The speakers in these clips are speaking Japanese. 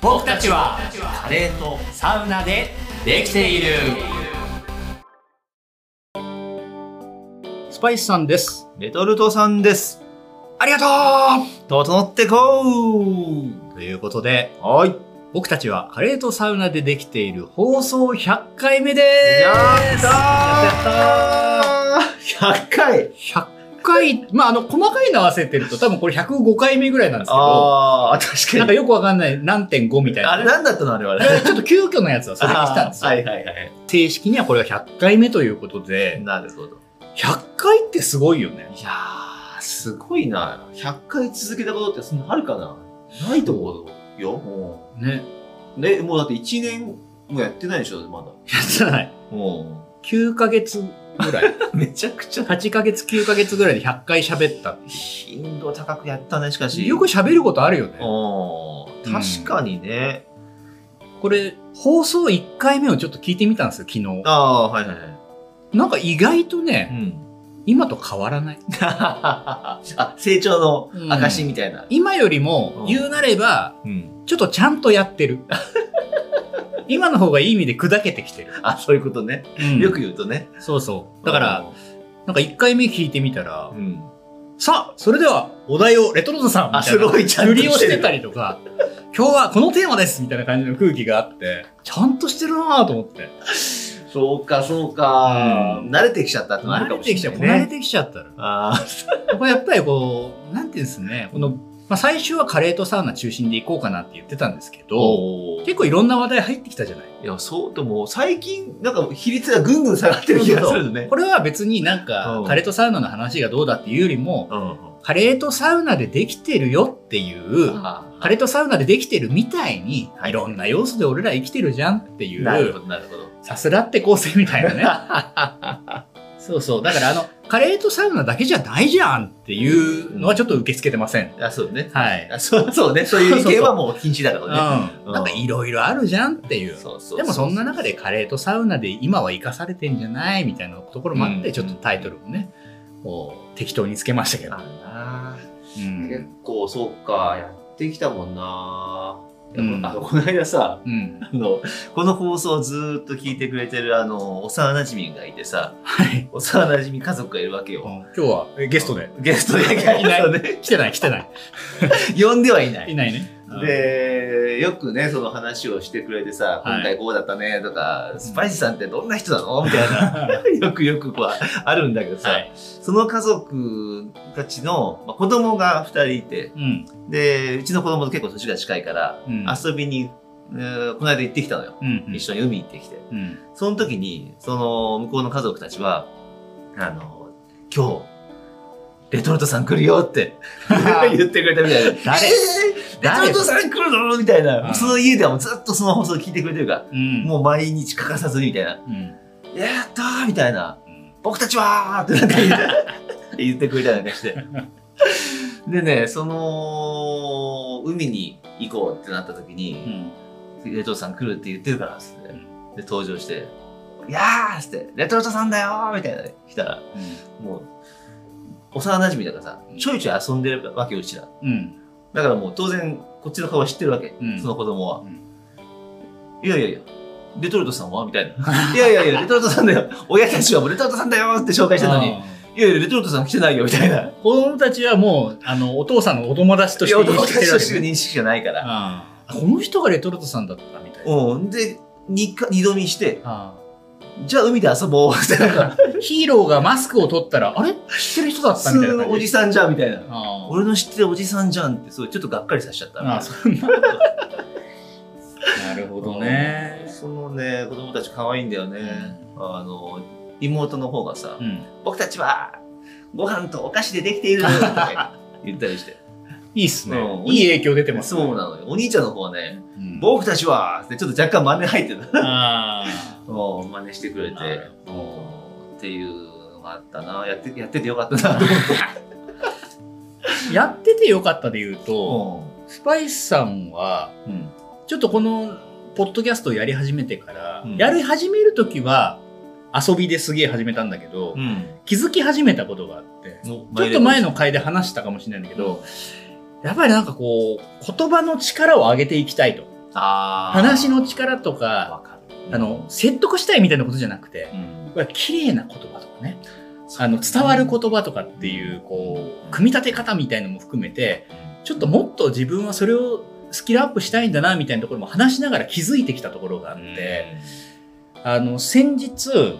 僕たちはカレーとサウナでできているスパイスさんですレトルトさんですありがとう整ってこうということではい僕たちはカレーとサウナでできている放送100回目でやすったー100回100回まああの細かいの合わせてると多分これ105回目ぐらいなんですけどああ確かなんにかよくわかんない何点5みたいなあれ何だったのあれはあれちょっと急遽のやつはそれにしたんですよ、あーはいはいはい正式にはこれが100回目ということでなるほど100回ってすごいよねいやーすごいな100回続けたことってそんなあるかなないと思うよもねうねもうだって1年もやってないでしょまだやってないも9ヶ月ぐ らいうめちゃくちゃ8ヶ月9ヶ月ぐらいで100回喋った頻度高くやったねしかしよく喋ることあるよねうんうん確かにね、これ放送1回目をちょっと聞いてみたんですよ昨日ああはいはいはいなんか意外とうね、ん今と変わらない あ成長の証みたいな今よりもうん言うなればうん、ちょっとちゃんとやって る今の方がいい意味で砕けてきてる、あそういうことね、うんよく言うとねそうそうだからなんか1回目聞いてみたらうんさあ、それではお題をレトロトさんみあたいすなごいちゃん振とりをししててるたりとか、今日はこのテーマですみたいな感じの空気があって、ちゃんとしてるなぁと思って。そうかそうか、うん慣れてきちゃったってのあ慣るかれもてしきちゃれう、なこいなれねてきちゃったら。あこれやっぱりこう、なんていうんですかね、この、まあ、最初はカレーとサウナ中心で行こうかなって言ってたんですけあど、結構いろんな話題入ってきたじゃないいや、そう、でも最近、なんか比率がぐんぐん下がってる気がするのね。これは別になんかう、んカレーとサウナの話がどうだっていうよりも、うん。カレーとサウナでできてるよっていう、カあレーとサウナでできてるみたいに、、はいいろんな要素で俺ら生きてるじゃんっていなるほう、ど、なるほど。さすらって構成みたいなね。そうそう。だからあの、カレーとサウナだけじゃないじゃんっていうのはちょっと受け付けてません。あ、そうね。 はい。あそうそうね。そういう意見はもう禁止だかうん。らね。うんなんかいろいろあるじゃんっていう。そうそうでもそんな中でカレーとサウナで今は生かされてんじゃないみたいなところもあって、うんちょっとタイトルもね、こう適当につけましたけどあ。るなぁう結ん。構、そうか、やってきたもんなぁうんあの、この間さ、うん。あの、この放送をずーっと聞いてくれてる、あの、幼馴染がいてさ、はい。幼馴染家族がいるわけうんよ。今日はえ ゲストで。ゲストでいないそうね来てない来てない。呼んではいないい。ないね。 でよくねその話をしてくれてさ「はい今回こうだったね」とか「スパイスさんってどんな人なの?」みたい なよくよくこうあるんだけどさ、はいその家族たちの、まあ、子供が2人いてうん。でうちの子供と結構年が近いから、うん遊びに、えーこの間行ってきたのよ、うんうん一緒に海行ってきてうん。。その時にその向こうの家族たちは「あの今日レトルトさん来るよ」って言ってくれたみたいで誰えーレトルトさん来るのみたいうんな。その家ではもうずっとその放送聞いてくれてるから。うん。もう毎日欠かさずにみたいな。うん、うん。やったーみたいな。僕たちはーってなんか 言って言ってくれたりなんかして。でね、その、海に行こうってなった時うに、ん。レトルトさん来るって言ってるからっつって。うでん、登場して、いやーっつって、レトルトさんだよーみたいなね。来たら、もう、幼馴染だからさ、ちょいちょい遊んでるわけよ、うちら。うん。だからもう当然こっちの顔は知ってるわけ、うんその子供は、うんいやいやいやレトルトさんはみたいな いやいやいやレトルトさんだよ親たちはもうレトルトさんだよって紹介してるのにあいやいやレトルトさん来てないよみたいなー子供たちはもう、あの、お父さんのお友達としていや生男たきてちるとわしけかね認識がないからあーこの人がレトルトさんだったみたいな。うんで 2, か二度見してあじゃあ海で遊ぼうってなんかーヒーローがマスクを取ったら、あれ知ってる人だっ普たみたい通なの感お じじ。さんじゃんみたいなあー俺の知ってるおじさんじゃんってそうちょっとがっかりさせちゃったあー、そんなこと。なるほど ね。そのね子供たち可愛いんだよね、あの妹の方がさ、うん。僕たちはご飯とお菓子でできているとか言った りしていいっすねう。んいい影響出てます。そうなのよお兄ちゃんの方はねうん僕たちはってちょっと若干真似入ってたあーもう 真似してくれてなるうんっていうのがあったなやってやっててよかったなと思ってやっててよかったで言 うと、うスパイスさんは、んうんちょっとこのポッドキャストをやり始めてから、うんやり始める時は遊びですげえ始めたんだけど、気づき始めたことがあってちょちょっと前の回で話したかもしれないんだけど、やっぱりなんかこう言葉の力を上げていきたいとあー話の力とか、わかるあの、説得したいみたいなことじゃなくてう、んこれは綺麗な言葉とかね、あの、伝わる言葉とかっていう、こう、組み立て方みたいのも含めて、ちょっともっと自分はそれをスキルアップしたいんだな、みたいなところも話しながら気づいてきたところがあって、あの、先日、うんはい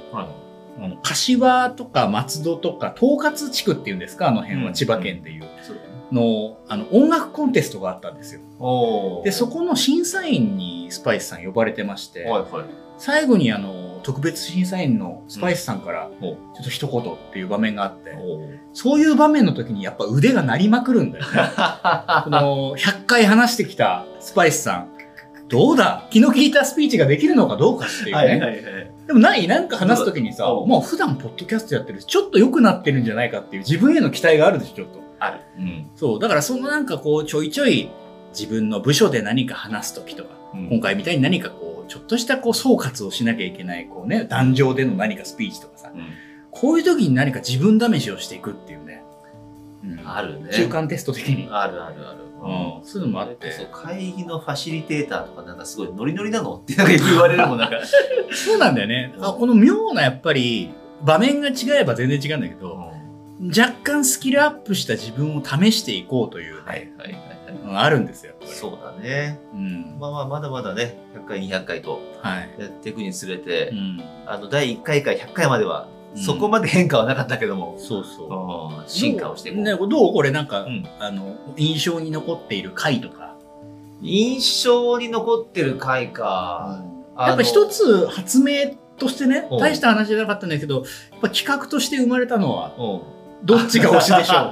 あの柏とか松戸とか統括地区っていうんですかあの辺うはん千葉県でいうそうだねのあの音楽コンテストがあったんですよおーでそこの審査員にスパイスさん呼ばれてましてはいはい最後にあの特別審査員のスパイスさんからんちょっと一言っていう場面があっておーそういう場面の時にやっぱ腕が鳴りまくるん だよねこの100回話してきたスパイスさんどうだ気の利いたスピーチができるのかどうかっていうね、はいはいはいでもない、なんか話すときにさ、うんもう普段ポッドキャストやってるし、ちょっと良くなってるんじゃないかっていう自分への期待があるでしょ、ちょっと。あるうんそう、だからそのなんかこう、ちょいちょい自分の部署で何か話すときとか、うん今回みたいに何かこう、ちょっとしたこう、総括をしなきゃいけない、こうね、壇上での何かスピーチとかさ、うんこういう時に何か自分試しをしていくっていうね。うんあるね中間テスト的に。あるあるあるうんそういうのもあってそう会議のファシリテーターとかなんかすごいノリノリなのってなんかよく言われるもんなんかそうなんだよね。うんあこの妙なやっぱり、場面が違えば全然違うんだけうんど、は若干スキルアップした自分を試していこうというね、いはいはいはいうんあるんですよ。やっぱりそうだねうん。まあまあまだまだね100回200回とはい。やっていくにつれて、ん。あの第1回から100回まではうんそこまで変化はなかったけども、そうそうう。ん進化をしていこう、ね、どうこれなんか、うんあの、印象に残っている回とか。印象に残ってる回か、やっぱ一つつ発明としてねう、ん大した話じゃなかったんだけど、やっぱ企画として生まれたのは、うんどっちが推しでしょ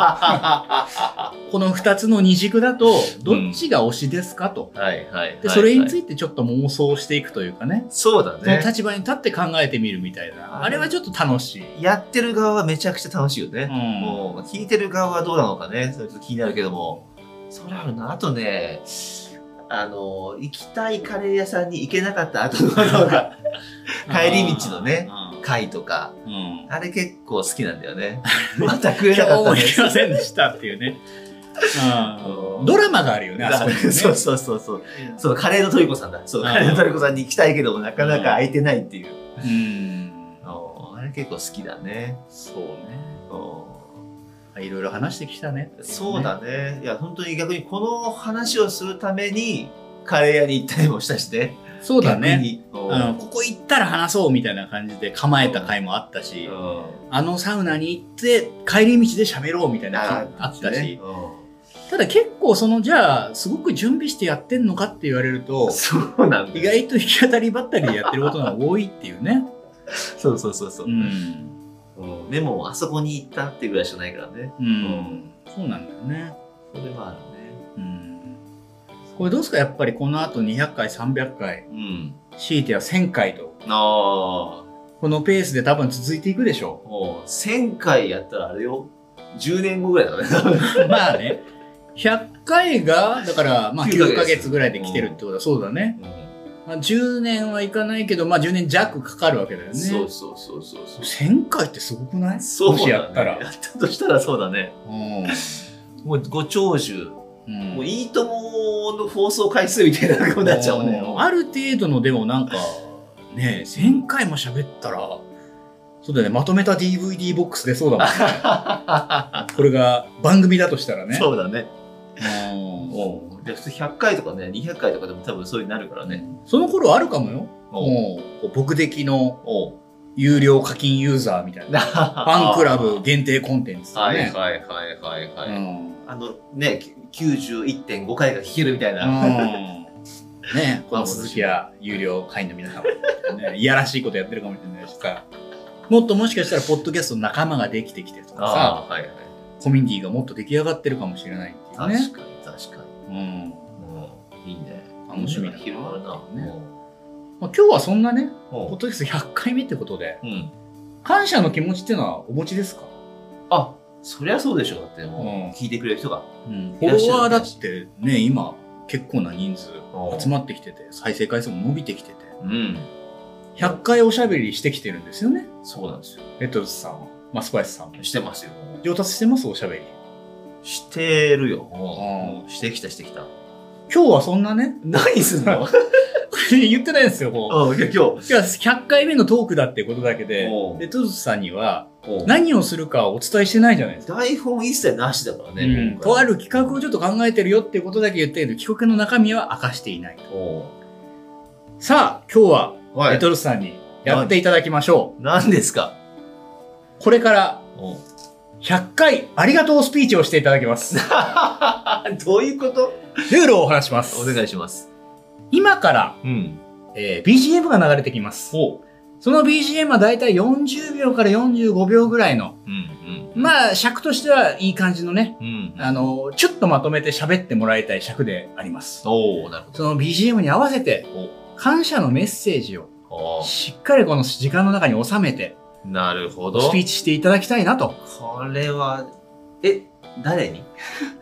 はう。この二つの二軸だと、どっちが推しですかと。いはいはいで、それにつていてちょっと妄想していくというかね。そうだそのね立場に立って考えてみるみたいな。はいあれはちょっと楽しい。やってる側はめちゃくちゃ楽しいよね、ももう聞いてる側はどうなのかねそれちょっと気になるけどもそれあるなあとねあの行きたいカレー屋さんに行けなかった後のなんかう帰り道のね。あ回とかーうんあれ結構好きなんだよ ねまた食え今な日もかったね行けませんでしたっていうね。うんドラマがあるよね、あそこにね。 そうそうそうそうそう、カレーのトリコさんだ。そう、うんカレーのトリコさんに行きたいけども、なかなか空いてないっていう。うんあれ結構好きだね。そうね。おいろいろ話してきたね。そうだね。いや、本当に逆にこの話をするために、カレー屋に行ったりもしたしね。そうだね。逆に。うん、ここ行ったら話そうみたいな感じで構えた回もあったし、うんあのサウナに行って帰り道で喋ろうみたいな回もあったし、ただ結構その、じゃあ、すごく準備してやってんのかって言われるうとん、そうなんだ意よ。外と弾き当たりばったりでやってることが多いっていうね。そうそうそうそうう。ん。うんでも、あそこに行ったってぐらいしかないからね。うん。そうなんだよね。それはあるね。うんこれどうですかやっぱりこの後200回300回うん。強いては1000回とああ。このペースで多分続いていくでしょもう、1000回やったらあれよ、10年後ぐらいだね。 うまあね100回がだからまあ9 9ヶ月ぐらいで来てるってことはそうだね、まあ、10年はいかないけどまあ10年弱かかるわけだよねそうそうそうそうそう。 1000回ってすごくないそうもしやったらだねやったとしたらそうだね。うんもうご長寿。うんもういいともの放送回数みたいなことになっちゃうね。んある程度のでもなんかね1000回も喋ったらそうだよねまとめた DVD ボックス出そうだもんね これが番組だとしたらねそうだね。うんもう、で普通100回とかね、200回とかでも多分そうになるからね。その頃あるかもよ。おうもう、僕的のおう有料課金ユーザーみたいな。 フファァンクラブ。限定コンテンツとかはいね。はいはいはいはい。うんあのね、91.5回が聞けるみたいな。うんねこの続きは有料会員の皆様、ね、 いやらしいことやってるかもしれないしさ。もっともしかしたら、ポッドキャストの仲間ができてきてとかさ、あー、はいはい。コミュニティがもっと出来上がってるかもしれないっていう確ね。かに確かに。うんうん、いいね。楽しみだな広がるな。ねまあ、今日はそんなね、ポッうドキャスト100回目ってことで、ん。うん。感謝の気持ちっていうのはお持ちですかあ、そりゃそうでしょ。だってうんもう、聞いてくれる人が。うんフいォらっしゃるロワーだってね今結構な人数うん集まってきてて再生回数も伸びてきててうん。 100回おしゃべりしてきてるんですよねそうなんですよ。レトルスさんは、まあ、スパイスさんもしてますよ。上達してますおしゃべりしてるよ。んうんしてきたしてきた。今日はそんな ね、何す んの言ってないんですよ、もう。うん、いや今日。いや、100回目のトークだってことだけでおう、で、トゥースさんには、お何をするかお伝えしてないじゃないですか。台本一切なしだからね。うん、今とあ回る企画をちょっと考えてるよっていうことだけ言ってるけど、企画の中身は明かしていないと。おうさあ、今日は、はレい。トルスさんにやっていただきましょ何ですかう。これから、おう100回ありがとうスピーチをしていただき ます。どういうことルールをお話します。お願いします。今から、うん。えー BGM が流れてきます。おう。その BGM はだいたい40秒から45秒ぐらいの、うん、うん。まあ尺としてはいい感じのね、うん。あの、ちょっとまとめて喋ってもらいたい尺であります。おおなるほその BGM に合わせて、感謝のメッセージをど。おうしっかりこの時間の中に収めて、なるほど。スピーチしていただきたいなと。これは、え、誰に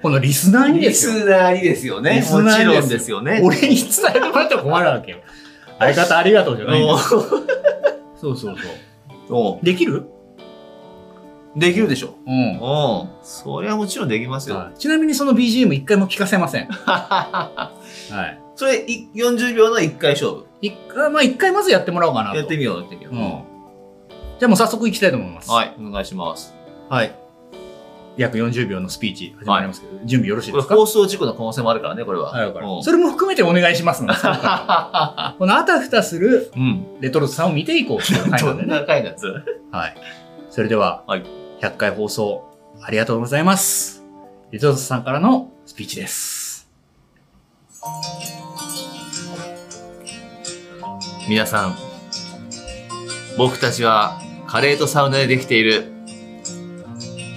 このリスナーにでリすよ。スナーにですよね。リスもナーちにですよろんですよね。俺に伝えてもらっても困るわけよ。相方 ありがとうじゃないんだ おようそうそうそう。おうできるできるでしょ。うん。うん。そりゃもちろんできますよ。はいちなみにその BGM 一回も聞かせませ ん。はい。それ、い40秒の1回勝負。一回、まあ一回まずやってもらおうかなと。やってみよう、やってみよう。うん。じゃあもう早速行きたいと思います。い。はい、お願いします。はい。約40秒のスピーチ始まりますけど、準備よろしいでこれすかは放送事故の可能性もあるからね、これは。い、わかりまうんしたそれも含めてお願いしますのでそこから このあたふたする うん。レトロスさんを見ていこうという回などんでんね。な回のやつはい。それでは、はい100回放送ありがとうございます。レトロスさんからのスピーチです。皆さん僕たちはカレーとサウナでできている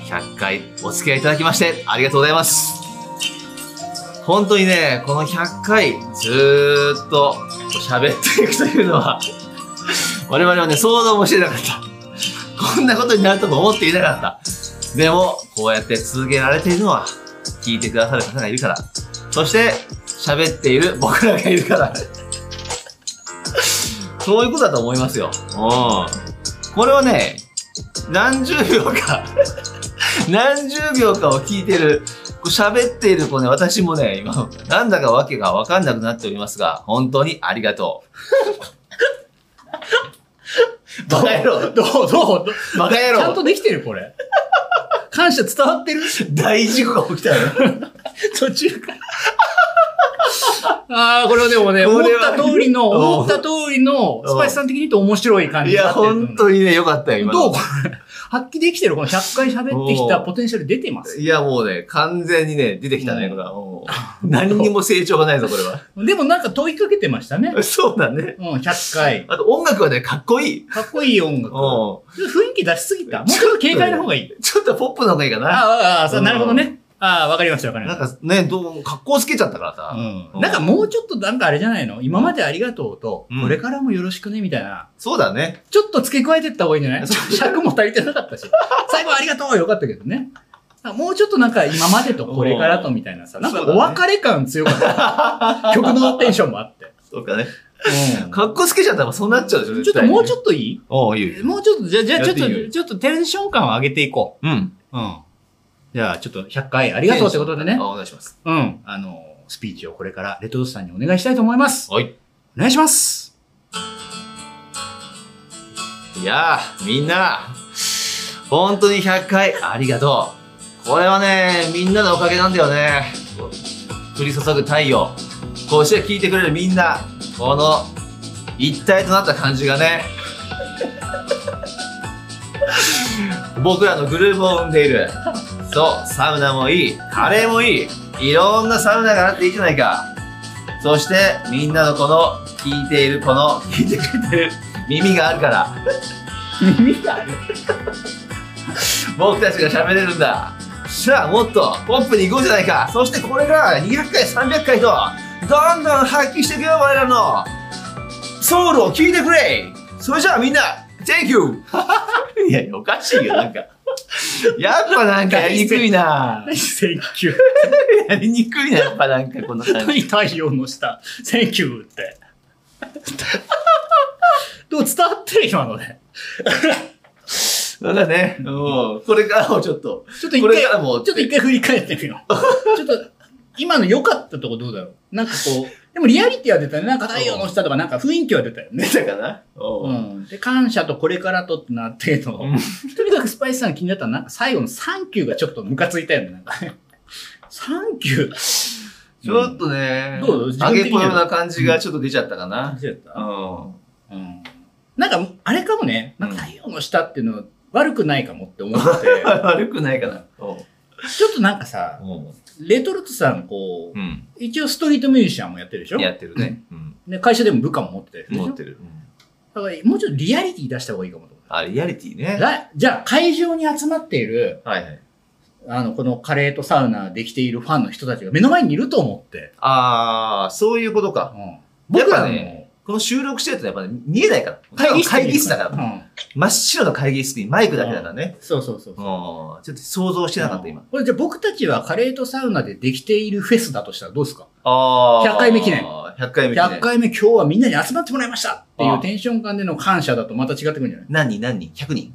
100回お付き合いいただきましてありがとうございます本当にねこの100回ずーっとこう喋っていくというのは 我々はね想像もしてなかったこんなことになるとも思っていなかったでもこうやって続けられているのは聞いてくださる方がいるからそして喋っている僕らがいるからそういうことだと思いますよ。うん。これをね、何十秒か、何十秒かを聞いてる、こう喋っている子ね、私もね、今、なんだかわけがわかんなくなっておりますが、本当にありがとう。バカ野郎どうどうバカ野ちゃん郎とできてるこれ。感謝伝わってる 大事故が起きたよ。途中から。ああ、これはでもね、こ思っれはた通りの、うん思った通りの、スパイスさん的に言うと面白い感いじになや、ってると思う。本当にね、よかったよ、今のどうこれ発揮できてるこの100回喋ってきたポテンシャル出てます。いや、もうね、完全にね、出てきたね、うんこれは。もう何にも成長がないぞ、これは。 でもなんか問いかけてましたね。そうだね。うん、100回。あと音楽はね、かっこいい。かっこいい音楽。ちょうっと雰囲気出しすぎた。もうちょっと軽快な方がいい。ん。ちょっとポップの方がいいかあーな。あー、あーそうなるほどね。ああ、わかりました、わかりまなんした。かね、どう、格好つけちゃったからさ。うん、なんかもうちょっとなんかあれじゃないの今までありがとうと、うんこれからもよろしくね、みたいな。そうだね。ちょっと付け加えてった方がいいんじゃない 尺も足りてなかった し。最後ありがとうよかったけどね。もうちょっとなんか今までとこれからとみたいなさ、なんかお別れ感強か った。曲のテンションもあって。そうかね。うん格好つけちゃったらそうなっちゃうでしょ、ちょ絶っと対にもうちょっといおう、いいいよ。もうちょっと、じゃあ、じゃあ、ちょっやっていいと、よちょっとテンション感を上げていこうん。う。うん。じゃあ、ちょっと100回ありがとうってことでねあ、。お願いします。うん。あの、スピーチをこれからレトドスさんにお願いしたいと思います。はい。お願いします。いやー、みんな、本当に100回ありがとう。これはね、みんなのおかげなんだよね。降り注ぐ太陽。こうして聞いてくれるみんな、この一体となった感じがね、僕らのグループを生んでいる。そう、サウナもいい、カレーもいい、いろんなサウナがあっていいじゃないか。そして、みんなのこの、聞いている、この、聞いてくれてる耳があるから。耳がある。僕たちが喋れるんださあもっとポップに行こうじゃないかそしてこれが200回300回とどんどん発揮していくよ我らのソウルを聞いてくれそれじゃあみんな Thank you! いやいやおかしいよなんかやっぱなんかやりにくいなセンキュー。やりにくいなやっぱなんかこの感じ何太陽の下、センキューって。でも伝わってる今のね。 そうだねうんこれからもちょっとちょっと一こ回、れちからもょっと一回振り返ってみよう。ちょっと、今の良かったとこどうだろうなんかこう、でもリアリティは出たね。なんか太陽の下とかなんか雰囲気は出たよね。出たかなううん。ん。で、感謝とこれからとってなってるの。うんとにかくスパイスさんが気になったのは、なんか最後のサンキューがちょっとムカついたよね。なんかねサンキュー。ちょっとね、どう自揚分的げにはこような感じがちょっと出ちゃったかな。と、うん。 うん。なんか、あれかもね、なんか太陽の下っていうのは悪くないかもって思ってて、悪くないかな。ちょっとなんかさ、レトルトさん、こう、うん。一応ストリートミュージシャンもやってるでしょやってるね。うん。で会社でも部下も持ってたりするでしょ持ってる。うんだから、もうちょっとリアリティ出した方がいいかもと思って。あ、リアリティね。だじゃあ、会場に集まっている、はいはい。あの、このカレーとサウナできているファンの人たちが目の前にいると思って。あー、そういうことか。うん。僕らも、やっぱねこの収録してるとやっぱね見えないから。会議室だから。うん。真っ白の会議室にマイクだけだからね。そうそうそううん。ちそう。ょっと想像してなかった今。これじゃあ僕たちはカレーとサウナでできているフェスだとしたらどうですかあー。 100回目記念100回目記 ?100 念。回目今日はみんなに集まってもらいましたっていあうテンション感での感謝だとまた違ってくるんじゃない何人何人 ?100 人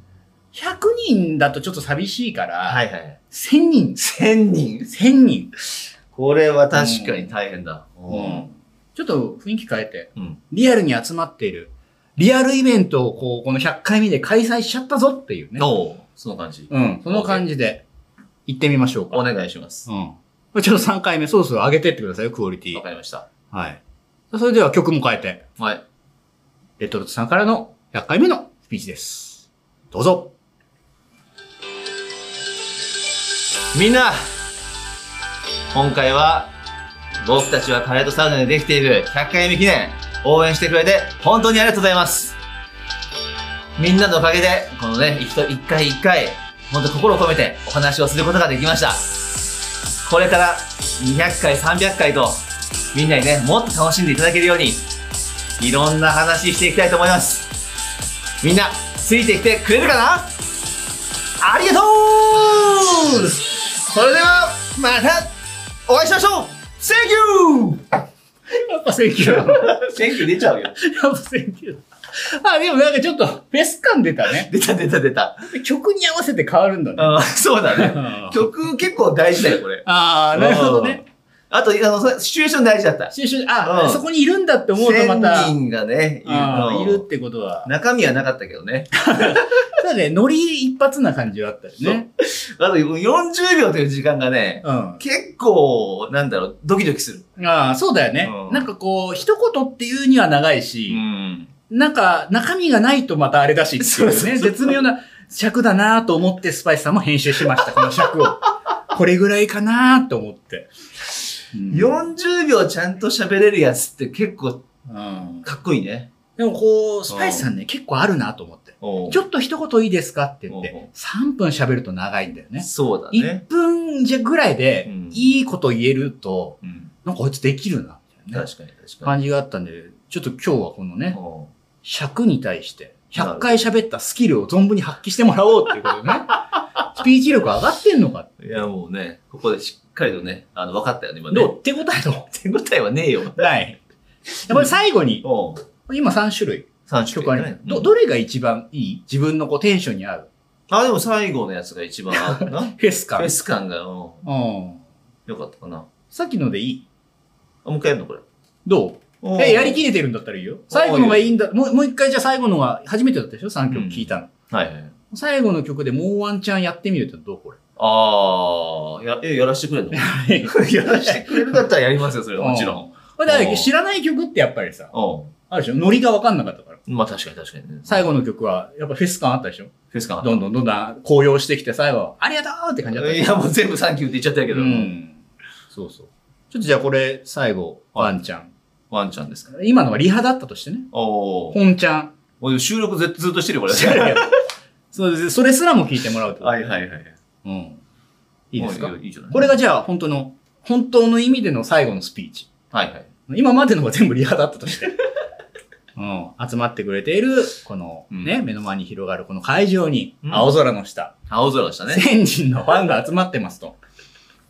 ?100 人だとちょっと寂しいから、はいはい。 1000人、 1000人1000人、これは確かに大変だ。うんちょっと雰囲気変えて、うんリアルに集まっている、リアルイベントをこうこの100回目で開催しちゃったぞっていうね。おうその感じ。うん、その感じで行ってみましょうか。お願いします。うん。これちょっと3回目、そろそろ上げてってくださいよ、クオリティわ。かりました。はい。それでは曲も変えて、はい。レトルトさんからの100回目のスピーチです。どうぞ。みんな今回は僕たちはカレーとサウナでできている100回目記念応援してくれて本当にありがとうございますみんなのおかげでこのね一一回一回本当心を込めてお話をすることができましたこれから200回300回とみんなにねもっと楽しんでいただけるようにいろんな話していきたいと思いますみんなついてきてくれるかなありがとうそれではまたお会いしましょう Thank you! やっぱセンキュー。 やっ Thank you 出ちゃうよ。ぱセンキュー。あ、でもなんかちょっとフェス感出たね。出た出た出た。曲に合わせて変わるんだね。あーそうだね。 曲結構大事だよ、これ。ああ、なるほどね。あと、あの、そシチュエーション大事だった。シュシュあ、うんそこにいるんだって思うとまた1000、人がね、いるあーいのるってことは。中身はなかったけどね。 ただね、ノリ一発な感じはあったよね。あと40秒という時間がね、うん。結構、なんだろう、ドキドキする。ああ、そうだよね。うんなんかこう、一言っていうには長いし、ん。なんか、中身がないとまたあれだしっていうね、そうそうそう絶妙な尺だなと思ってスパイスさんも編集しま した、この尺を。これぐらいかなと思って。うん40秒ちゃんと喋れるやつって結構うんかっこいいね。でもこう、スパイスさんね、結構あるなと思って。ちちょっと一言いいですかって言っおうおてう、 3分喋ると長いんだよね。そうだね1。分じゃぐらいでうん、いいこと言えると、うんなんかこいつできるな、みたいなね確かに確か感じがあったんで、ちょっと今日はこのねに。、おう100に対して、100回喋ったスキルを存分に発揮してもらおうっていうことで ね。スピーチ力上がってんのかいや、もうね、ここでしっかりとね、あの、分かったよね、今ね。どう手応えの手応えはね えよ。ない。やっぱり最後に、おう今3種類三種曲あります。ど、どれが一番いい自分のこうテンションに合うあ、でも最後のやつが一番あ るな。フフェス感。ェス感が、うんうん。よかったかな。さっきのでいいあ、もう一回やるのこれ。どうえ、やりきれてるんだったらいいよ。最後のがいいんだ。もう、もう一回じゃあ最後のが初めてだったでしょ ?3 曲聞いたの。はいはい。最後の曲でもうワンチャンやってみるってどうこれ。あー、や、え、やらして くれるの やらしてくれるだったらやりますよ、それはもちろん。これだから知らない曲ってやっぱりさ、おあるでしょノリがわかんなかったから。うん。まあ確かに確かにね。最後の曲は、やっぱフェス感あったでしょフェス感。どんどんどんどん高揚してきて、最後は、ありがとうって感じだったいや、もう全部サンキューって言っちゃったけけど、うん。そうそう。ちょっとじゃあこれ、最後、ワンちゃん。ワンちゃんですか。今のはリハだったとしてね。おー。本ちゃ ん。俺収録ずずっとしてるよ、これ。知らんけどそうです。それすらも聞いてもらうと。はいはいはい。うん。いいですかもういいじゃない。これがじゃあ、本当の、本当の意味での最後のスピーチ。はいはい。今までのが全部リハだったと して。うん。集まってくれている、このね、目の前に広がるこの会場に、うん青空の下、青空でしたね。 1000人のファンが集まってますと。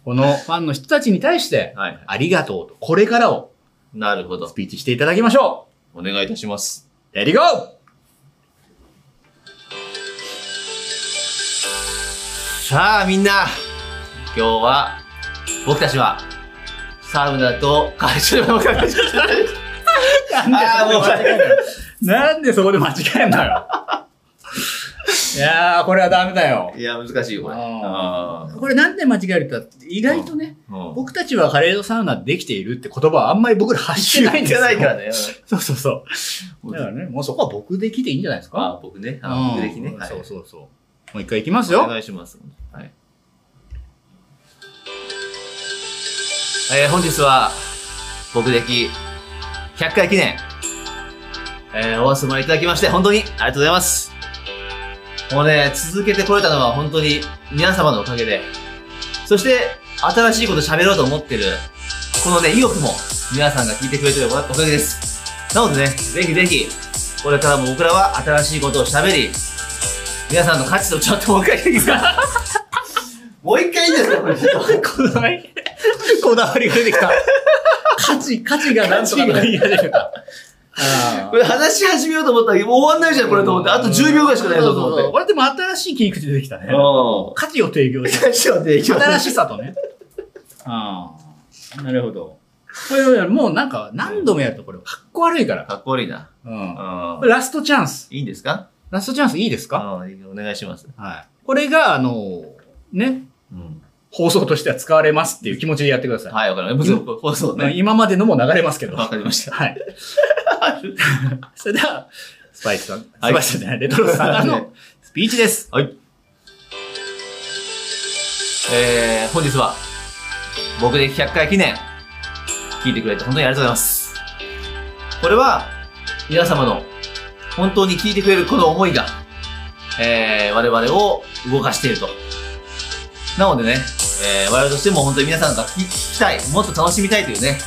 このファンの人たちに対して、はいはい。ありがとうと、これからをなるほどス。ピーチしていただきましょお願いいたします。う !Let it go! さあみんな、今日は僕たちはサウナと会社でも考えちゃった。あーもうう なんでそこで間違えんの よ。いやー、これはダメだよ。いや、難しいよ、これ。ああこれなんで間違えるかって、意外とね、ー僕たちはカレードサウナできているって言葉はあんまり僕ら発してないんですよ。言ってないからね。そうそうそう。だからね、もうそこは僕できていいんじゃないですか。あー僕ね。あー僕的ねう。んはいそうそうそう。もう一回いきますおよ。願いします。はい。えー本日は、僕的100回記念、えーお集まりいただきまして、本当にありがとうございます。もうね、続けてこれたのは本当に皆様のおかげで、そして、新しいこと喋ろうと思ってる、このね、意欲も皆さんが聞いてくれてるおかげです。なのでね、ぜひぜひ、これからも僕らは新しいことを喋り、皆さんの価値とちょっともう一回いいですかもう一回いいですかこれちょっとこだわり、こだわりが出てき た。価値、価値がなんとかとか言い始めた。あこれ話し始めようと思ったらもう終わんないじゃん、これと思って。あと10秒ぐらいしかないぞと思って。これでも新しい切り口出てきたね。う価値を提供し ん。価値を提た。供新しさとね。ああ。なるほど。これ、もうなんか何度もやるとこれ、かっこ悪いから。かっこ悪いな。うん。こうれラストチャンス。ん。いいんですかラストチャンスいいですうんか、お願いします。はい。これが、あの、ね、うん。放送としては使われますっていう気持ちでやってください。はい、わかりました。放送まあね。今までのも流れますけど。わかりました。 はい。それでは、スパイスさん、スはパいイスじゃない、レトロスさんからはい のスピーチです。はい。えー、本日は、僕で100回記念、聞いてくれて本当にありがとうございます。これは、皆様の、本当に聞いてくれるこの思いが、えー、我々を動かしていると。なのでね、えー、我々としても本当に皆さんが聞きたい、もっと楽しみたいというね、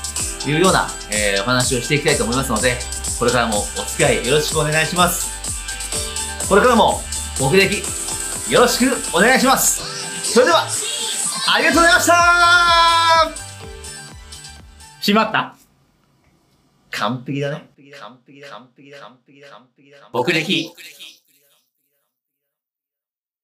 いうような、えー、お話をしていきたいと思いますので、これからもお付き合いよろしくお願いします。これからも、僕的よろしくお願いしますそれではありがとうございましたしまった完璧だね完璧だ完璧だ完璧だ完璧だ完璧だ僕的